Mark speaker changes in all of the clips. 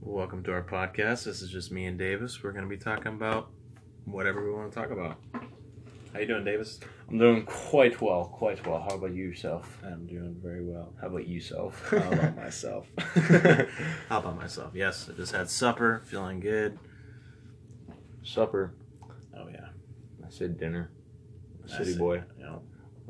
Speaker 1: Welcome to our podcast. This is just me and Davis. We're going to be talking about whatever we want to talk about. How you doing, Davis?
Speaker 2: I'm doing quite well, quite well. How about yourself?
Speaker 3: I'm doing very well.
Speaker 2: How about yourself? Um,
Speaker 3: How about myself?
Speaker 1: How about myself? Yes, I just had supper, feeling good.
Speaker 2: Supper.
Speaker 1: Oh yeah,
Speaker 2: I said dinner.
Speaker 1: I
Speaker 2: City
Speaker 1: see.
Speaker 2: boy.
Speaker 1: Yeah.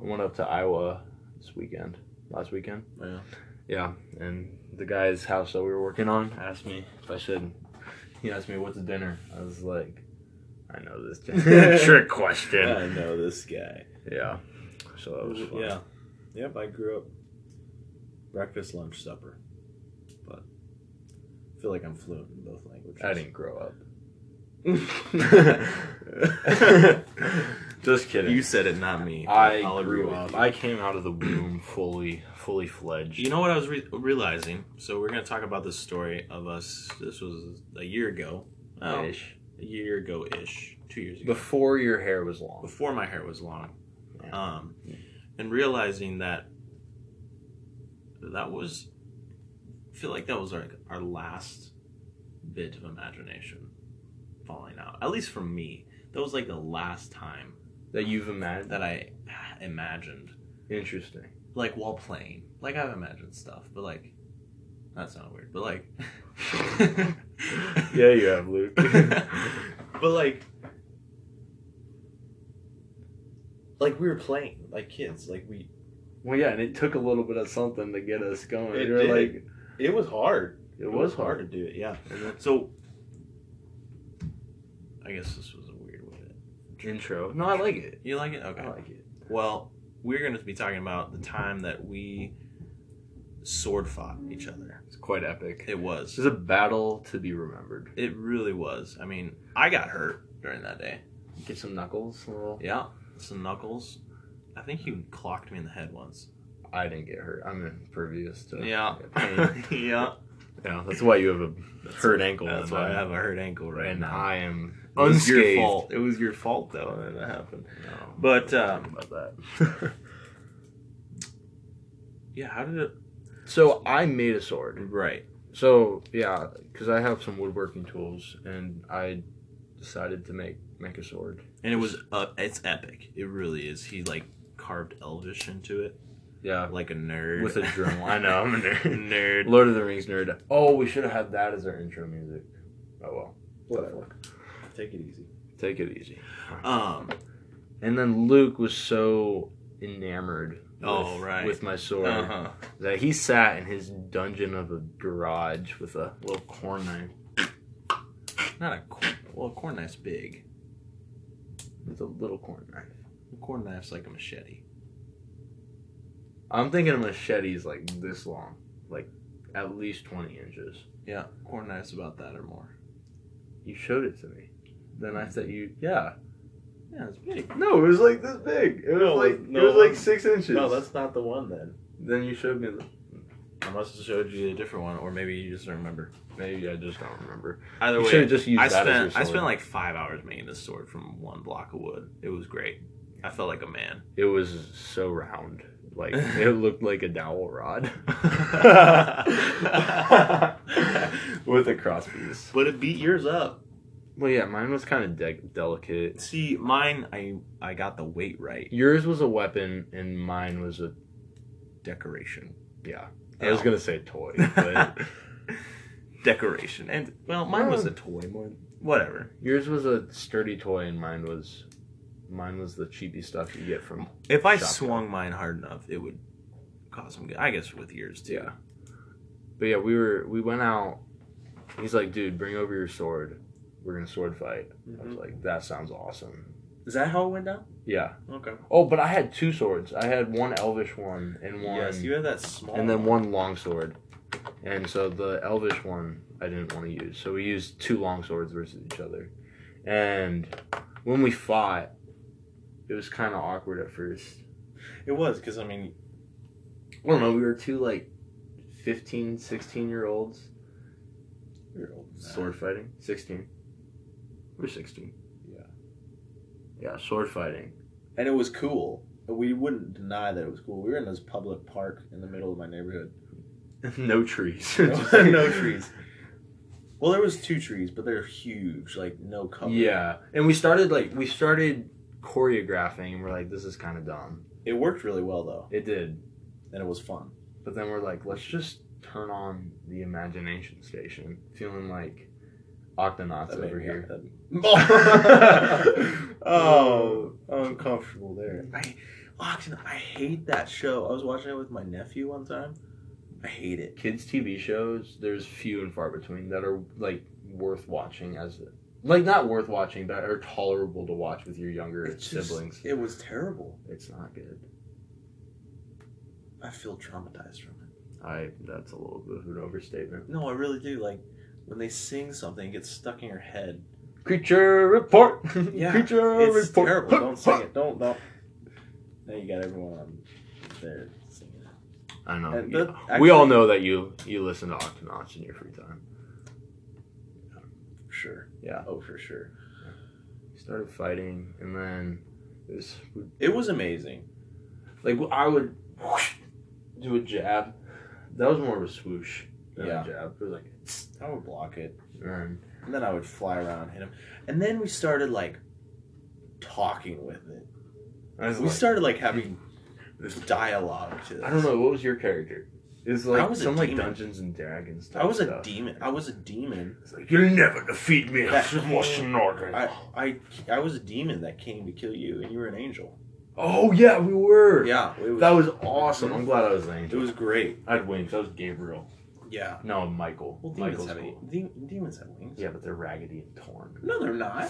Speaker 2: I went up to Iowa this weekend, last weekend.
Speaker 1: Yeah.
Speaker 2: Yeah, and the guy's house that we were working on asked me if I should. He asked me what's dinner. I was like, I know this trick question.
Speaker 3: I know this guy.
Speaker 2: Yeah. So that was fun.
Speaker 3: Yeah. Yep, I grew up breakfast, lunch, supper. But I feel like I'm fluent in both languages.
Speaker 2: I didn't grow up. Just kidding.
Speaker 1: You said it, not me.
Speaker 2: I
Speaker 1: I'll agree
Speaker 2: grew
Speaker 1: with
Speaker 2: up.
Speaker 1: you.
Speaker 2: I came out of the womb fully, fully fledged.
Speaker 1: You know what I was re- realizing? So we're going to talk about this story of us. This was a year ago. Oh,
Speaker 2: Ish.
Speaker 1: a year ago ish, two years ago.
Speaker 2: Before your hair was long.
Speaker 1: before my hair was long,
Speaker 2: Yeah.
Speaker 1: um, and realizing that that was I feel like that was like our last bit of imagination falling out. At least for me, that was like the last time
Speaker 2: That you've imagined.
Speaker 1: that I imagined
Speaker 2: Interesting.
Speaker 1: like while playing. Like I've imagined stuff, but like that sounded weird, but like
Speaker 2: Yeah, you have, Luke.
Speaker 1: but like
Speaker 3: Like we were playing, like kids. Like we
Speaker 2: well, yeah, and it took a little bit of something to get us going.
Speaker 3: It
Speaker 2: you were
Speaker 3: did.
Speaker 2: like,
Speaker 3: it was hard.
Speaker 2: it was hard.
Speaker 3: to do it, yeah.
Speaker 1: So, I guess this was a weird way. to-
Speaker 2: Intro. No, I like it.
Speaker 1: You like it? Okay.
Speaker 2: I like it.
Speaker 1: Well, we're going to be talking about the time that we sword fought each other.
Speaker 2: It's quite epic.
Speaker 1: It
Speaker 2: This
Speaker 1: was.
Speaker 2: is a battle to be remembered.
Speaker 1: It really was. I mean, I got hurt during that day.
Speaker 2: Get some knuckles. A little.
Speaker 1: Yeah. Some knuckles. I think you clocked me in the head once.
Speaker 2: I didn't get hurt. I'm impervious to
Speaker 1: Yeah.
Speaker 2: pain.
Speaker 1: yeah.
Speaker 2: yeah, that's why you have a hurt ankle.
Speaker 1: That's
Speaker 2: and
Speaker 1: why I
Speaker 2: I'm-
Speaker 1: have a hurt ankle right
Speaker 2: and
Speaker 1: now.
Speaker 2: I am
Speaker 1: It was your
Speaker 2: unscathed.
Speaker 1: fault. It was your fault though that that happened.
Speaker 2: No,
Speaker 1: But um,
Speaker 2: about that.
Speaker 1: yeah, how did it?
Speaker 2: so I made a sword.
Speaker 1: Right.
Speaker 2: So yeah, because I have some woodworking tools, and I decided to make make a sword.
Speaker 1: and it was uh, it's epic. It really is. He like carved Elvish into it
Speaker 2: Yeah,
Speaker 1: like a nerd
Speaker 2: with a drill. I know I'm a nerd.
Speaker 1: nerd.
Speaker 2: Lord of the Rings nerd. Oh, we should have had that as our intro music. Oh well,
Speaker 3: Whatever. Take it easy.
Speaker 2: take it easy.
Speaker 1: Um,
Speaker 2: And then Luke was so enamored.
Speaker 1: Oh,
Speaker 2: with,
Speaker 1: right.
Speaker 2: with my sword
Speaker 1: uh-huh.
Speaker 2: that he sat in his dungeon of a garage with a little corn knife
Speaker 1: Not a corn. Well, a corn knife's big.
Speaker 2: with a little corn knife.
Speaker 1: A corn knife's like a machete.
Speaker 2: I'm thinking a machete's like this long, like at least twenty inches.
Speaker 1: Yeah, corn knife's about that or more.
Speaker 2: You showed it to me. Then
Speaker 3: Hmm.
Speaker 2: I said, "You yeah."
Speaker 1: Yeah, it's big.
Speaker 2: No, it was like this big. It was
Speaker 3: No,
Speaker 2: like
Speaker 3: no,
Speaker 2: it was like
Speaker 3: that's-
Speaker 2: six inches.
Speaker 3: No, that's not the one then.
Speaker 2: Then you showed me. The,
Speaker 1: I must have showed you a different one, or maybe you just don't remember.
Speaker 2: maybe I just don't remember.
Speaker 1: Either
Speaker 2: You
Speaker 1: way,
Speaker 2: should've just used
Speaker 1: I
Speaker 2: that as your
Speaker 1: spent I
Speaker 2: sword.
Speaker 1: spent like five hours making this sword from one block of wood. It was great. I felt like a man.
Speaker 2: It was so round, like it looked like a dowel rod with a cross piece.
Speaker 1: But it beat yours up.
Speaker 2: Well, yeah, mine was kind of de- delicate.
Speaker 1: See, mine, I I got the weight right.
Speaker 2: Yours was a weapon, and mine was a
Speaker 1: Decoration.
Speaker 2: yeah. I was
Speaker 1: Yeah. Oh.
Speaker 2: gonna say toy, but
Speaker 1: Decoration. And, well, mine was a toy. More, whatever.
Speaker 2: yours was a sturdy toy, and mine was mine was the cheapy stuff you get from
Speaker 1: If I
Speaker 2: Shotgun.
Speaker 1: swung mine hard enough, it would cause some good. I guess with yours, too.
Speaker 2: Yeah. But yeah, we were we went out. He's like, dude, bring over your sword. We're gonna sword fight. I
Speaker 1: Mm-hmm.
Speaker 3: Mm-hmm.
Speaker 2: was like, that sounds awesome.
Speaker 3: Is that how it went down?
Speaker 2: Yeah.
Speaker 3: Okay.
Speaker 2: Oh, but I had two swords. I had one elvish one and one,
Speaker 3: Yes, you had that small
Speaker 2: and then one long sword. And so the elvish one I didn't want to use. So we used two long swords versus each other. And when we fought, it was kind of awkward at first.
Speaker 3: It was, because I mean
Speaker 2: I don't know. We were two like 15, 16 year olds.
Speaker 3: you're old. now.
Speaker 1: Uh,
Speaker 2: Sword fighting? 16. We're 16.
Speaker 3: Yeah.
Speaker 2: Yeah, sword fighting.
Speaker 3: and it was cool. We wouldn't deny that it was cool. We were in this public park in the middle of my neighborhood.
Speaker 2: no trees.
Speaker 3: No, no trees.
Speaker 1: Well, there was two trees, but they're huge, like no cover.
Speaker 2: Yeah, and we started like we started choreographing, and we're like, this is kind of dumb.
Speaker 1: it worked really well though,
Speaker 2: It did,
Speaker 1: and it was fun.
Speaker 2: but then we're like, let's just turn on the imagination station, feeling like octonauts
Speaker 1: That made
Speaker 2: over
Speaker 1: me-
Speaker 2: here.
Speaker 1: that- oh, uncomfortable there. I, Oxen, I hate that show. I was watching it with my nephew one time. I hate it.
Speaker 2: Kids TV shows, there's few and far between that are like worth watching as like not worth watching, but are tolerable to watch with your younger
Speaker 1: It's just-
Speaker 2: siblings.
Speaker 1: It was terrible.
Speaker 2: It's not good.
Speaker 1: I feel traumatized from it.
Speaker 2: I that's a little bit of an overstatement.
Speaker 1: No, I really do. Like when they sing something, it gets stuck in your head.
Speaker 2: Creature report.
Speaker 1: Yeah,
Speaker 2: Creature
Speaker 1: It's
Speaker 2: report.
Speaker 1: terrible. Don't sing it. Don't don't. Now you got everyone on there singing it.
Speaker 2: I know.
Speaker 1: And that-
Speaker 2: You- Um, we all
Speaker 1: actually-
Speaker 2: know that you you listen to Octonauts in your free time.
Speaker 1: For sure.
Speaker 2: Yeah.
Speaker 1: Oh, for sure.
Speaker 2: We started fighting, and then it was
Speaker 1: It was amazing.
Speaker 2: like I would whoosh, do a jab. That was more of a swoosh. Than
Speaker 1: Yeah.
Speaker 2: A jab. It was like,
Speaker 1: I would block it.
Speaker 2: and
Speaker 1: And then I would fly around and hit him. And then we started like talking with it.
Speaker 2: I was
Speaker 1: We
Speaker 2: like,
Speaker 1: started like having this dialogue to this.
Speaker 2: I don't know what was your character. It was like
Speaker 1: I was a
Speaker 2: some like
Speaker 1: demon.
Speaker 2: Dungeons and Dragons. Type
Speaker 1: I was a
Speaker 2: stuff.
Speaker 1: demon. I was a demon.
Speaker 2: It's like, You'll never defeat me.
Speaker 1: That-
Speaker 2: Russian organ.
Speaker 1: I, I I was a demon that came to kill you, and you were an angel.
Speaker 2: oh yeah, we were.
Speaker 1: Yeah, it was
Speaker 2: That was awesome. I'm glad I was an
Speaker 1: it
Speaker 2: angel.
Speaker 1: was great.
Speaker 2: I had wings. I was Gabriel.
Speaker 1: Yeah.
Speaker 2: No, Michael.
Speaker 1: Well, demons
Speaker 2: Michael's
Speaker 1: have e-
Speaker 2: cool.
Speaker 1: de- demons have wings.
Speaker 2: Yeah, but they're raggedy and torn.
Speaker 1: No, they're not.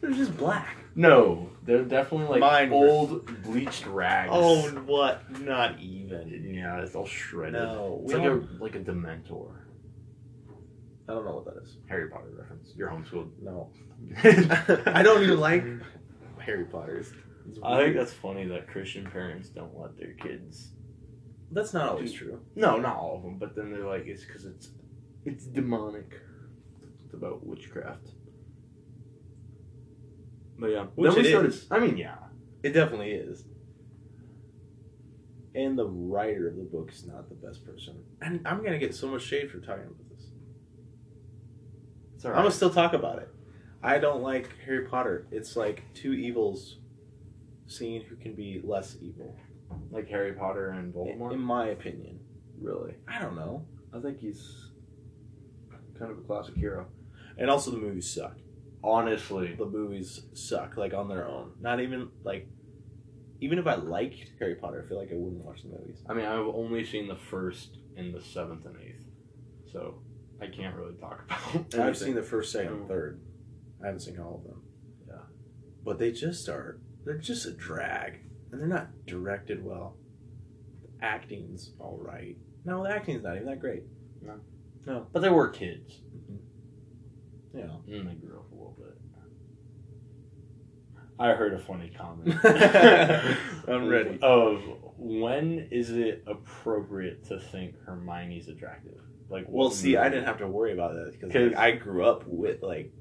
Speaker 1: They're just black.
Speaker 2: No, they're definitely like
Speaker 1: Mine were- Oh,
Speaker 2: old bleached rags.
Speaker 1: what? Not even.
Speaker 2: yeah, it's all shredded.
Speaker 1: No,
Speaker 2: it's
Speaker 1: we
Speaker 2: like a
Speaker 1: don't-
Speaker 2: like a Dementor.
Speaker 1: I don't know what that is.
Speaker 2: Harry Potter reference. You're homeschooled.
Speaker 1: No,
Speaker 2: I
Speaker 1: I don't even like Harry Potter's. It's
Speaker 4: I think
Speaker 1: weird.
Speaker 4: that's funny that Christian parents don't let their kids.
Speaker 1: that's not always true.
Speaker 2: No, not all of them. But then they're like, it's because it's it's demonic. It's about witchcraft. But yeah,
Speaker 1: Which
Speaker 2: then we
Speaker 1: it
Speaker 2: started.
Speaker 1: is.
Speaker 2: I mean, yeah.
Speaker 1: It definitely is. And the writer of the book is not the best person. And I'm gonna get so much shade for talking about this.
Speaker 2: It's all
Speaker 1: I'm gonna still talk about it. I don't like Harry Potter. It's like two evils seeing who can be less evil.
Speaker 2: like Harry Potter and
Speaker 1: In,
Speaker 2: Voldemort.
Speaker 1: in my opinion.
Speaker 2: really,
Speaker 1: I don't know.
Speaker 2: I think he's kind of a classic hero.
Speaker 1: And also the movies suck.
Speaker 2: Honestly,
Speaker 1: The movies suck, like on their own. Not even like even if I liked Harry Potter, I feel like I wouldn't watch the movies.
Speaker 2: I mean, I've only seen the first and the seventh and eighth, so I can't really talk about.
Speaker 1: I've seen the first, second, and
Speaker 2: Mm.
Speaker 1: third. I haven't seen all of them.
Speaker 2: Yeah.
Speaker 1: But they just are. They're just a drag, and they're not directed well. The acting's all right. No, the acting's not even that great.
Speaker 2: No.
Speaker 1: No.
Speaker 2: but they were kids,
Speaker 1: Yeah.
Speaker 2: and they Mm, grew up a little bit. I heard a funny comment.
Speaker 1: I'm ready.
Speaker 4: Of when is it appropriate to think Hermione's attractive? Like,
Speaker 1: Well,
Speaker 4: what
Speaker 1: see, I
Speaker 4: movie?
Speaker 1: didn't have to worry about that because
Speaker 4: 'Cause-
Speaker 1: I grew up with like,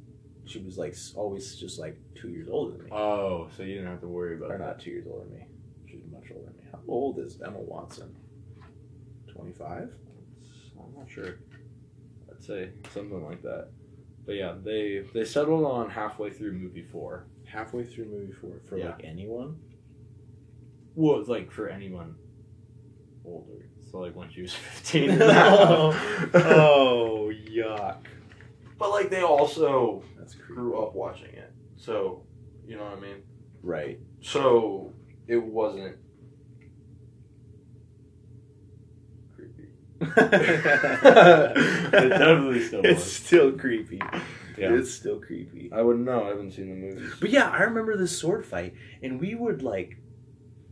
Speaker 1: she was like s- always just like two years older than me,
Speaker 2: oh, so you didn't have to worry about
Speaker 1: or
Speaker 2: that.
Speaker 1: not two years older than me. She's much older than me. How old is Emma Watson? Twenty five.
Speaker 2: I'm not sure. I'd say something like that. But yeah, they they settled on halfway through movie four.
Speaker 1: Halfway through movie four for
Speaker 2: Yeah.
Speaker 1: like anyone.
Speaker 2: Well, it's like for anyone older. So like when she was fifteen. and a
Speaker 1: oh,
Speaker 2: half.
Speaker 1: oh, yuck.
Speaker 2: But like they also
Speaker 1: That's creepy.
Speaker 2: grew up watching it. So you know what I mean?
Speaker 1: Right.
Speaker 2: So it wasn't creepy.
Speaker 4: It definitely still
Speaker 1: It's
Speaker 4: was.
Speaker 1: still creepy.
Speaker 2: Yeah.
Speaker 1: It's still creepy.
Speaker 2: I wouldn't know, I haven't seen the movies.
Speaker 1: But yeah, I remember this sword fight, and we would like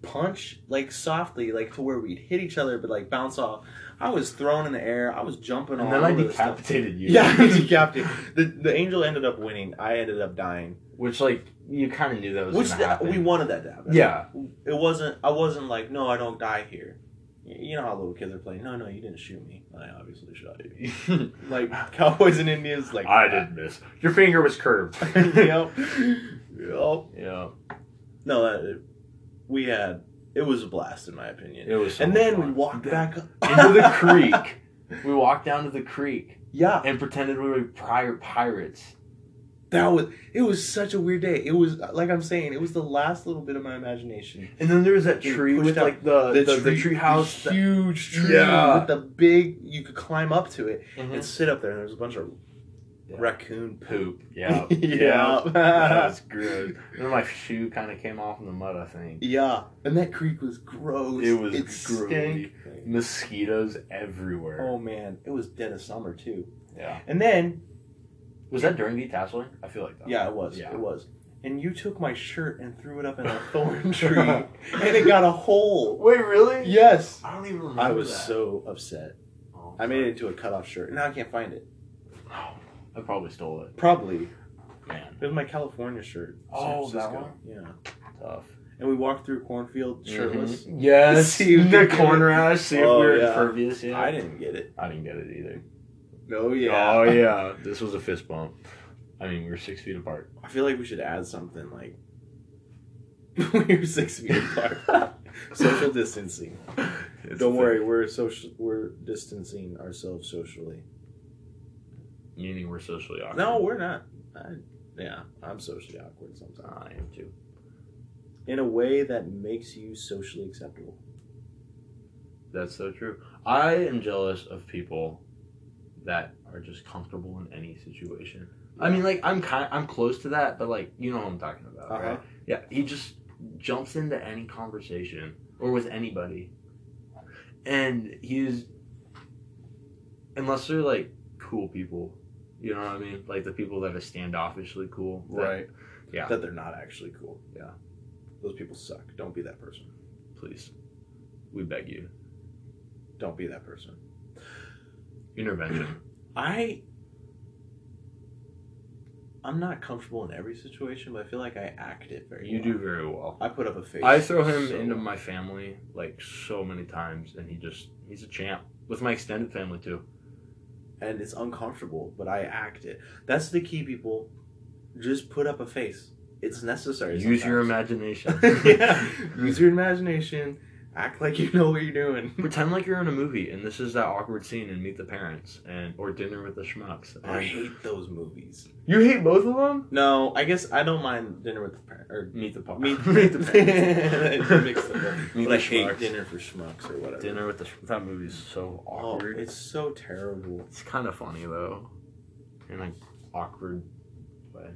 Speaker 1: punch like softly, like to where we'd hit each other, but like bounce off. I was thrown in the air. I was jumping all over the stuff.
Speaker 2: you.
Speaker 1: Yeah, I decapitated. The the angel ended up winning. I ended up dying,
Speaker 2: Which like you kind of knew that was
Speaker 1: which
Speaker 2: gonna
Speaker 1: th-
Speaker 2: happen.
Speaker 1: we wanted that to happen.
Speaker 2: yeah,
Speaker 1: it wasn't i wasn't like no i don't die here Y- you know how little kids are playing no no you didn't shoot me i obviously shot you like cowboys and indians like
Speaker 2: miss. Your finger was curved.
Speaker 1: yep. yep
Speaker 2: Yeah,
Speaker 1: no that, we had it was a blast in my opinion
Speaker 2: it was. so
Speaker 1: and
Speaker 2: much
Speaker 1: then we
Speaker 2: fun.
Speaker 1: walked back up
Speaker 2: into the creek
Speaker 4: We walked down to the creek
Speaker 1: Yeah,
Speaker 4: and pretended we were prior pirates.
Speaker 1: that was it. Was such a weird day. It was like I'm saying, it was the last little bit of my imagination.
Speaker 4: And then there was that
Speaker 1: Getting
Speaker 4: tree
Speaker 1: pushed
Speaker 4: with
Speaker 1: out.
Speaker 4: like the the, the tree, house.
Speaker 1: the
Speaker 4: that-
Speaker 1: huge tree
Speaker 4: Yeah.
Speaker 1: with the big. You could climb up to it and
Speaker 4: Mhm.
Speaker 1: sit up there, and there's a bunch of
Speaker 4: Yeah.
Speaker 1: raccoon poop.
Speaker 4: Poop. Yeah.
Speaker 1: yeah,
Speaker 4: That was good. And then my shoe kind of came off in the mud, I think.
Speaker 1: yeah. And that creek was gross.
Speaker 4: It was
Speaker 1: it
Speaker 4: groovy.
Speaker 1: stank.
Speaker 4: Mosquitoes everywhere.
Speaker 1: Oh man, it was dead of summer too.
Speaker 4: Yeah.
Speaker 1: And then
Speaker 4: Was that during detasseling? I feel like that.
Speaker 1: yeah, it was.
Speaker 4: Yeah.
Speaker 1: It was. And you took my shirt and threw it up in a thorn tree, and it got a hole.
Speaker 4: Wait, really?
Speaker 1: Yes.
Speaker 4: I don't even remember.
Speaker 1: I was
Speaker 4: that.
Speaker 1: so upset.
Speaker 4: Oh,
Speaker 1: I made it into a cutoff shirt. Now I can't find it.
Speaker 4: Oh, I probably stole it.
Speaker 1: Probably.
Speaker 4: Man.
Speaker 1: It was my California shirt. San
Speaker 4: Oh, that
Speaker 1: Francisco. Yeah.
Speaker 4: Tough.
Speaker 1: And we walked through a cornfield shirtless.
Speaker 4: Mm-hmm. Yes.
Speaker 1: See if you
Speaker 4: the
Speaker 1: get
Speaker 4: corn rash. See if
Speaker 1: Oh,
Speaker 4: we were
Speaker 1: yeah.
Speaker 4: impervious. Yeah.
Speaker 1: I didn't get it.
Speaker 4: I didn't get it either.
Speaker 1: No,
Speaker 2: Oh yeah, this was a fist bump.
Speaker 4: I mean, we were six feet apart.
Speaker 1: I feel like we should add something like we were six feet apart. Social distancing.
Speaker 2: It's
Speaker 1: Don't
Speaker 2: a
Speaker 1: worry,
Speaker 2: thing.
Speaker 1: we're social. We're distancing ourselves socially.
Speaker 2: Meaning we're socially awkward.
Speaker 1: No, we're not. I, yeah, I'm socially awkward sometimes.
Speaker 2: I am too.
Speaker 1: In a way that makes you socially acceptable.
Speaker 2: That's so true. I am jealous of people that are just comfortable in any situation. I mean, like I'm kind, I'm close to that, but like you know what I'm talking about,
Speaker 1: Uh-huh.
Speaker 2: right? Yeah, he just jumps into any conversation or with anybody, and he's unless they're like cool people, you know what I mean? Like the people that are standoffishly cool, that- Yeah.
Speaker 1: That they're not actually cool.
Speaker 2: Yeah.
Speaker 1: Those people suck. Don't be that person.
Speaker 2: Please, we beg you,
Speaker 1: Don't be that person.
Speaker 2: intervention.
Speaker 1: I I'm not comfortable in every situation, but I feel like I act it very
Speaker 2: you
Speaker 1: well.
Speaker 2: do very well.
Speaker 1: I put up a face.
Speaker 2: I throw him
Speaker 1: so
Speaker 2: into
Speaker 1: well.
Speaker 2: my family like so many times, and he just he's a champ with my extended family too.
Speaker 1: and it's uncomfortable, but I act it. That's the key, people. Just put up a face. It's necessary.
Speaker 2: Use your
Speaker 1: sometimes.
Speaker 2: imagination.
Speaker 1: yeah. Use your imagination. Act like you know what you're doing.
Speaker 2: Pretend like you're in a movie, and this is that awkward scene in Meet the Parents and or Dinner with the Schmucks.
Speaker 1: I
Speaker 2: And-
Speaker 1: hate those movies.
Speaker 2: you hate both of them?
Speaker 1: No, I guess I don't mind dinner with the parents. Or
Speaker 2: Meet the Par-
Speaker 1: meet, meet the parents. I mixed them up.
Speaker 2: Meet
Speaker 1: But I
Speaker 2: the
Speaker 1: hate
Speaker 2: Schmucks.
Speaker 1: dinner for schmucks or whatever.
Speaker 2: Dinner with the Schmucks. That movie's so
Speaker 1: Oh,
Speaker 2: awkward.
Speaker 1: it's so terrible
Speaker 2: it's kind of funny though, in an awkward way.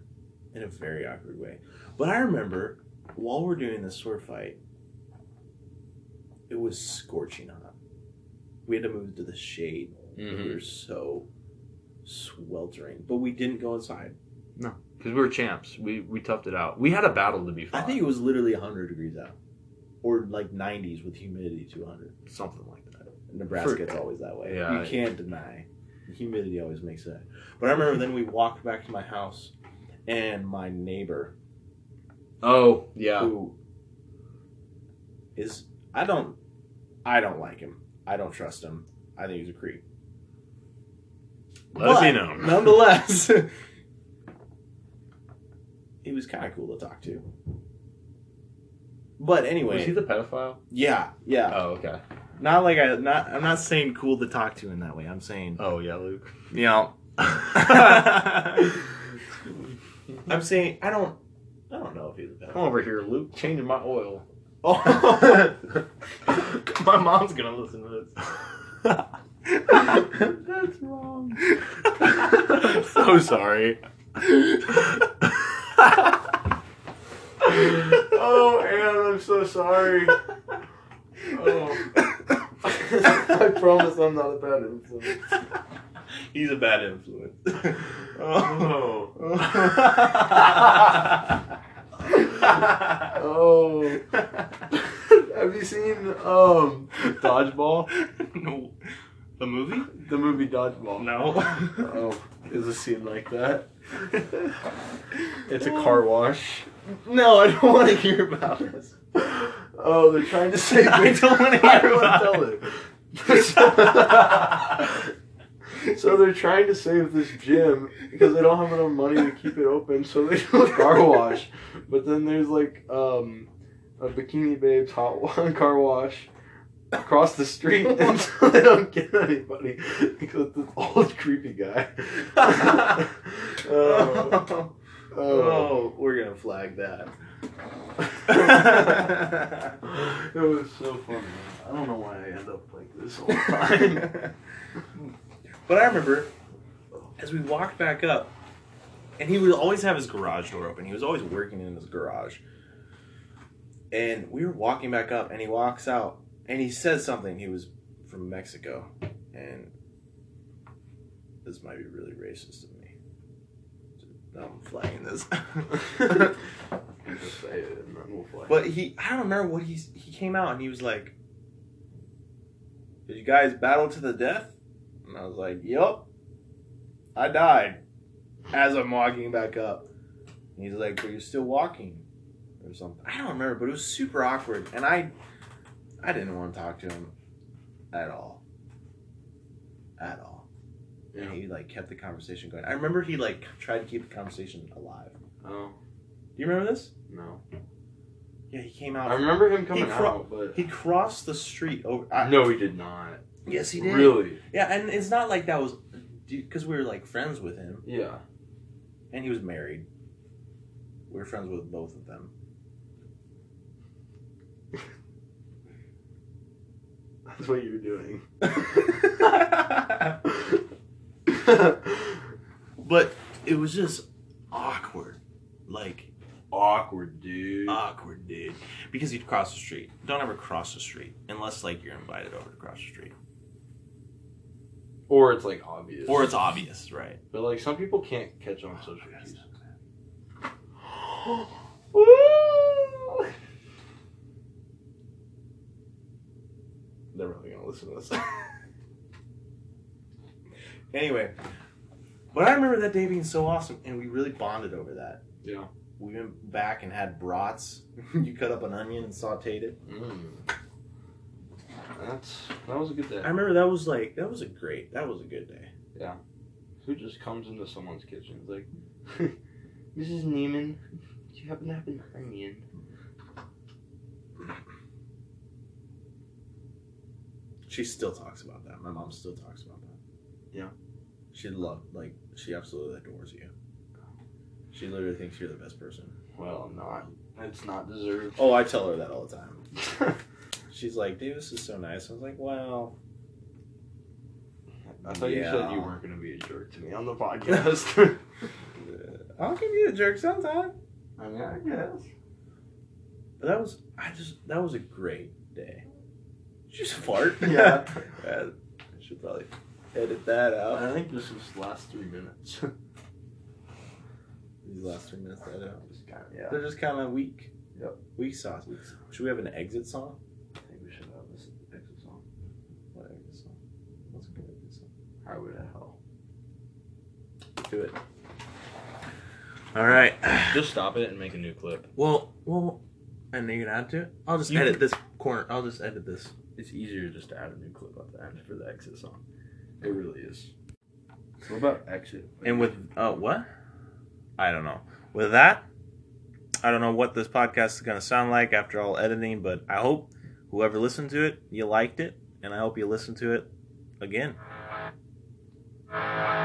Speaker 1: in a very awkward way. But I remember while we're doing this sword fight, it was scorching hot. We had to move to the shade. We
Speaker 2: Because
Speaker 1: were so sweltering, but we didn't go inside.
Speaker 2: we were champs. We we toughed it out. We had a battle to be
Speaker 1: I
Speaker 2: fought.
Speaker 1: think it was literally 100 degrees out, or like 90s with humidity 200.
Speaker 2: something like that.
Speaker 1: Nebraska,
Speaker 2: For-
Speaker 1: it's always that way.
Speaker 2: Yeah.
Speaker 1: you can't deny. Humidity always makes that. But I remember then we walked back to my house, and my neighbor
Speaker 2: Oh yeah.
Speaker 1: who is I don't I don't like him. I don't trust him. I think he's a creep.
Speaker 2: Let us
Speaker 1: But,
Speaker 2: you know.
Speaker 1: Nonetheless, he was kind of cool to talk to. But anyway,
Speaker 2: Was he the pedophile?
Speaker 1: yeah, yeah.
Speaker 2: Oh, okay.
Speaker 1: not like I not I'm not saying cool to talk to in that way. I'm saying
Speaker 2: Oh, yeah, Luke.
Speaker 1: you know. Oh. I'm saying I don't I don't know if he's a
Speaker 2: Come
Speaker 1: pedophile.
Speaker 2: over here, Luke. Changing my oil.
Speaker 1: Oh. My mom's gonna listen to this.
Speaker 2: That's wrong. so sorry. oh, Anne, I'm so sorry. Oh. I promise I'm not a bad influence.
Speaker 1: He's a bad influence. Oh.
Speaker 2: Oh. Have you seen um Dodgeball?
Speaker 1: no. The movie?
Speaker 2: The movie Dodgeball.
Speaker 1: No.
Speaker 2: Oh, is a scene like that? It's a car wash.
Speaker 1: no, I don't want to hear about this.
Speaker 2: Oh, they're trying to save me.
Speaker 1: I don't wanna hear
Speaker 2: I don't wanna
Speaker 1: about
Speaker 2: tell it. so they're trying to save this gym because they don't have enough money to keep it open, so they do a car wash. But then there's like um, a bikini babes hot wa- car wash. across the street and so they don't get anybody because it's this old creepy guy. oh,
Speaker 1: oh,
Speaker 2: oh.
Speaker 1: we're gonna flag that.
Speaker 2: it was so funny. I don't know why I end up like this all the time.
Speaker 1: but I remember as we walked back up, and he would always have his garage door open. He was always working in his garage. And we were walking back up, and he walks out, and he says something. He was from Mexico, and this might be really racist of me. I'm flagging this.
Speaker 2: Just say it and then we'll fly.
Speaker 1: But he, I don't remember what he's. He came out and he was like, "Did you guys battle to the death?" And I was like, "Yup, I died." As I'm walking back up, and he's like, "But you're still walking," or something. I don't remember, but it was super awkward, and I, I didn't want to talk to him, at all. At all.
Speaker 2: Yeah.
Speaker 1: And he like kept the conversation going. I remember he like tried to keep the conversation alive.
Speaker 2: oh
Speaker 1: Do you remember this?
Speaker 2: no,
Speaker 1: Yeah, he came out.
Speaker 2: I remember him coming
Speaker 1: cro-
Speaker 2: out, but
Speaker 1: He crossed the street over. I,
Speaker 2: no, he did not.
Speaker 1: Yes, he did.
Speaker 2: Really?
Speaker 1: Yeah, and it's not like that was because we were like friends with him,
Speaker 2: Yeah.
Speaker 1: and he was married. We were friends with both of them.
Speaker 2: That's what you're doing.
Speaker 1: but it was just awkward, like
Speaker 2: Awkward, dude.
Speaker 1: awkward, dude. Because he'd cross the street. Don't ever cross the street unless like you're invited over to cross the street,
Speaker 2: or it's like obvious.
Speaker 1: or it's obvious, right?
Speaker 2: but like some people can't catch on social cues. They're really gonna listen to this.
Speaker 1: Anyway, but I remember that day being so awesome, and we really bonded over that.
Speaker 2: Yeah.
Speaker 1: We went back and had brats. you cut up an onion and sautéed it.
Speaker 2: Mm. That's that was a good day.
Speaker 1: I remember that was like that was a great that was a good day.
Speaker 2: Who just comes into someone's kitchen? It's like, Mrs. Neiman, do you happen to have an onion?
Speaker 1: She still talks about that. My mom still talks about that.
Speaker 2: Yeah.
Speaker 1: She loved like she absolutely adores you. She literally thinks you're the best person.
Speaker 2: Well, not. It's not deserved.
Speaker 1: Oh, I tell her that all the time.
Speaker 2: Oh.
Speaker 1: She's like, Davis is so nice. I was like, well,
Speaker 2: I thought you said
Speaker 1: Yeah.
Speaker 2: you weren't gonna be a jerk to me on the podcast.
Speaker 1: uh, I'll give you a jerk sometime.
Speaker 2: I mean, I guess.
Speaker 1: But that was I just that was a great day. Did you just fart?
Speaker 2: Yeah.
Speaker 1: Yeah, I should probably edit that out.
Speaker 2: I think this was last three minutes.
Speaker 1: These last three minutes, I don't know.
Speaker 2: Just kinda- yeah.
Speaker 1: They're just kind of weak.
Speaker 2: Yep.
Speaker 1: Weak sauce. Should we have an exit song?
Speaker 2: I think we should have this exit song.
Speaker 1: What exit song? What's a good exit song?
Speaker 2: Highway to Hell.
Speaker 1: Do it. All right.
Speaker 4: Just stop it and make a new clip.
Speaker 1: Well, well, and you're gonna add to it. I'll just
Speaker 4: You
Speaker 1: edit this corner. I'll just edit this.
Speaker 4: It's easier just to add a new clip at the end for the exit song.
Speaker 2: It really is. What about exit?
Speaker 1: And with uh, what? I don't know. With that, I don't know what this podcast is gonna sound like after all editing, but I hope whoever listened to it, you liked it, and I hope you listen to it again.
Speaker 2: Bye.